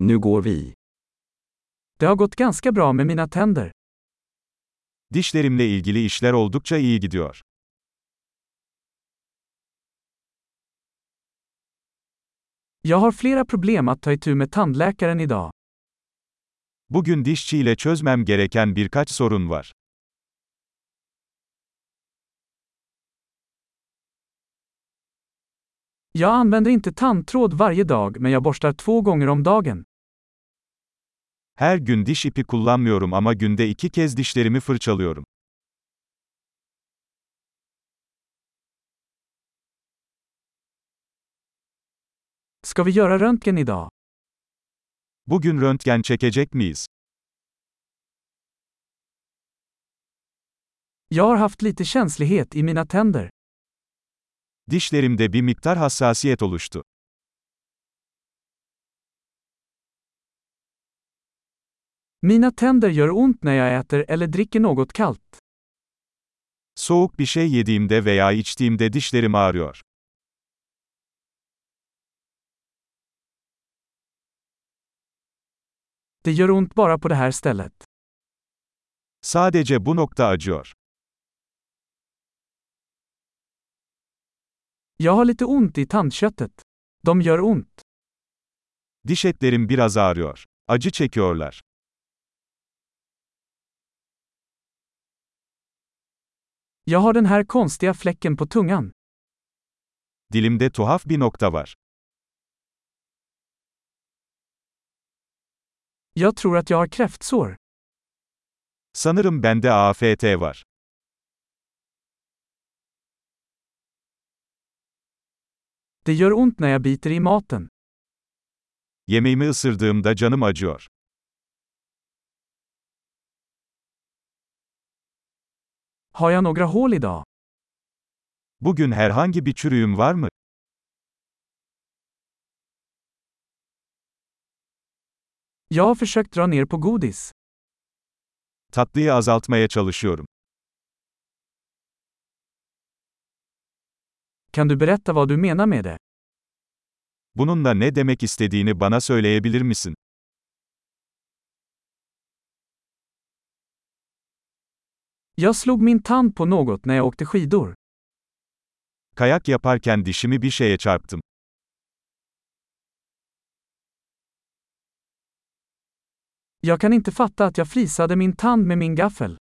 Nu går vi. Det har gått ganska bra med mina tänder. Dişlerimle ilgili işler oldukça iyi gidiyor. Jag har flera problem att ta itu med tandläkaren idag. Bugün dişçiyle çözmem gereken birkaç sorun var. Jag använder inte tandtråd varje dag men jag borstar två gånger om dagen. Her gün diş ipi kullanmıyorum ama günde iki kez dişlerimi fırçalıyorum. Ska vi göra röntgen idag? Bugün röntgen çekecek miyiz? Jag har haft lite känslighet i mina tänder. Dişlerimde bir miktar hassasiyet oluştu. Mina tänder gör ont när jag äter eller dricker något kallt. Soğuk bir şey yediğimde veya içtiğimde dişlerim ağrıyor. Det gör ont bara på det här stället. Sadece bu nokta acıyor. Jag har lite ont i tandköttet. De gör ont. Diş etlerim biraz ağrıyor. Acı çekiyorlar. Jag har den här konstiga fläcken på tungan. Dilimde tuhaf bir nokta var. Jag tror att jag har kräftsår. Sanırım bende AFT var. Det gör ont när jag biter i maten. Yemeğimi ısırdığımda canım acıyor. Har jag några hål idag? Bugün herhangi bir çürüğüm var mı? Jag har försökt dra ner på godis. Tatlıyı azaltmaya çalışıyorum. Kan du berätta vad du menar med det? Bununla ne demek istediğini bana söyleyebilir misin? Jag slog min tand på något när jag åkte skidor. Kayak yaparken dişimi bir şeye çarptım. Jag kan inte fatta att jag frisade min tand med min gaffel.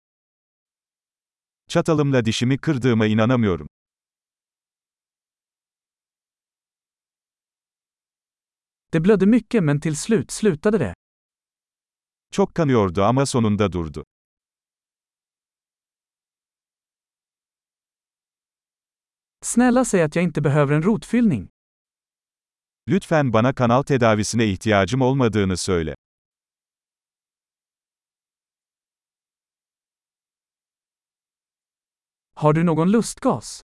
Çatalımla dişimi kırdığıma inanamıyorum. Det blödde mycket men till slut slutade det. Çok kanıyordu ama sonunda durdu. Snälla säg att jag inte behöver en rotfyllning. Lütfen bana kanal tedavisine ihtiyacım olmadığını söyle. Har du någon lustgas?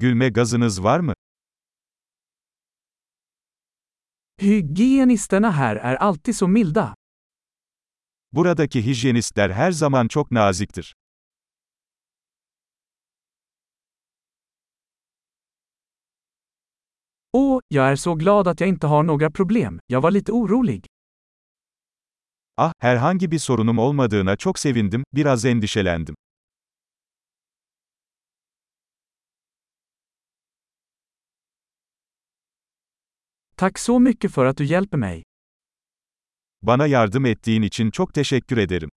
Gülme gazınız var mı? Hygienisterna här är alltid så milda. Buradaki hijyenistler her zaman çok naziktir. Åh, jag är så glad att jag inte har några problem. Jag var lite orolig. Ah, herhangi bir sorunum olmadığına çok sevindim, biraz endişelendim. Tack så mycket för att du hjälper mig. Bana yardım ettiğin için çok teşekkür ederim.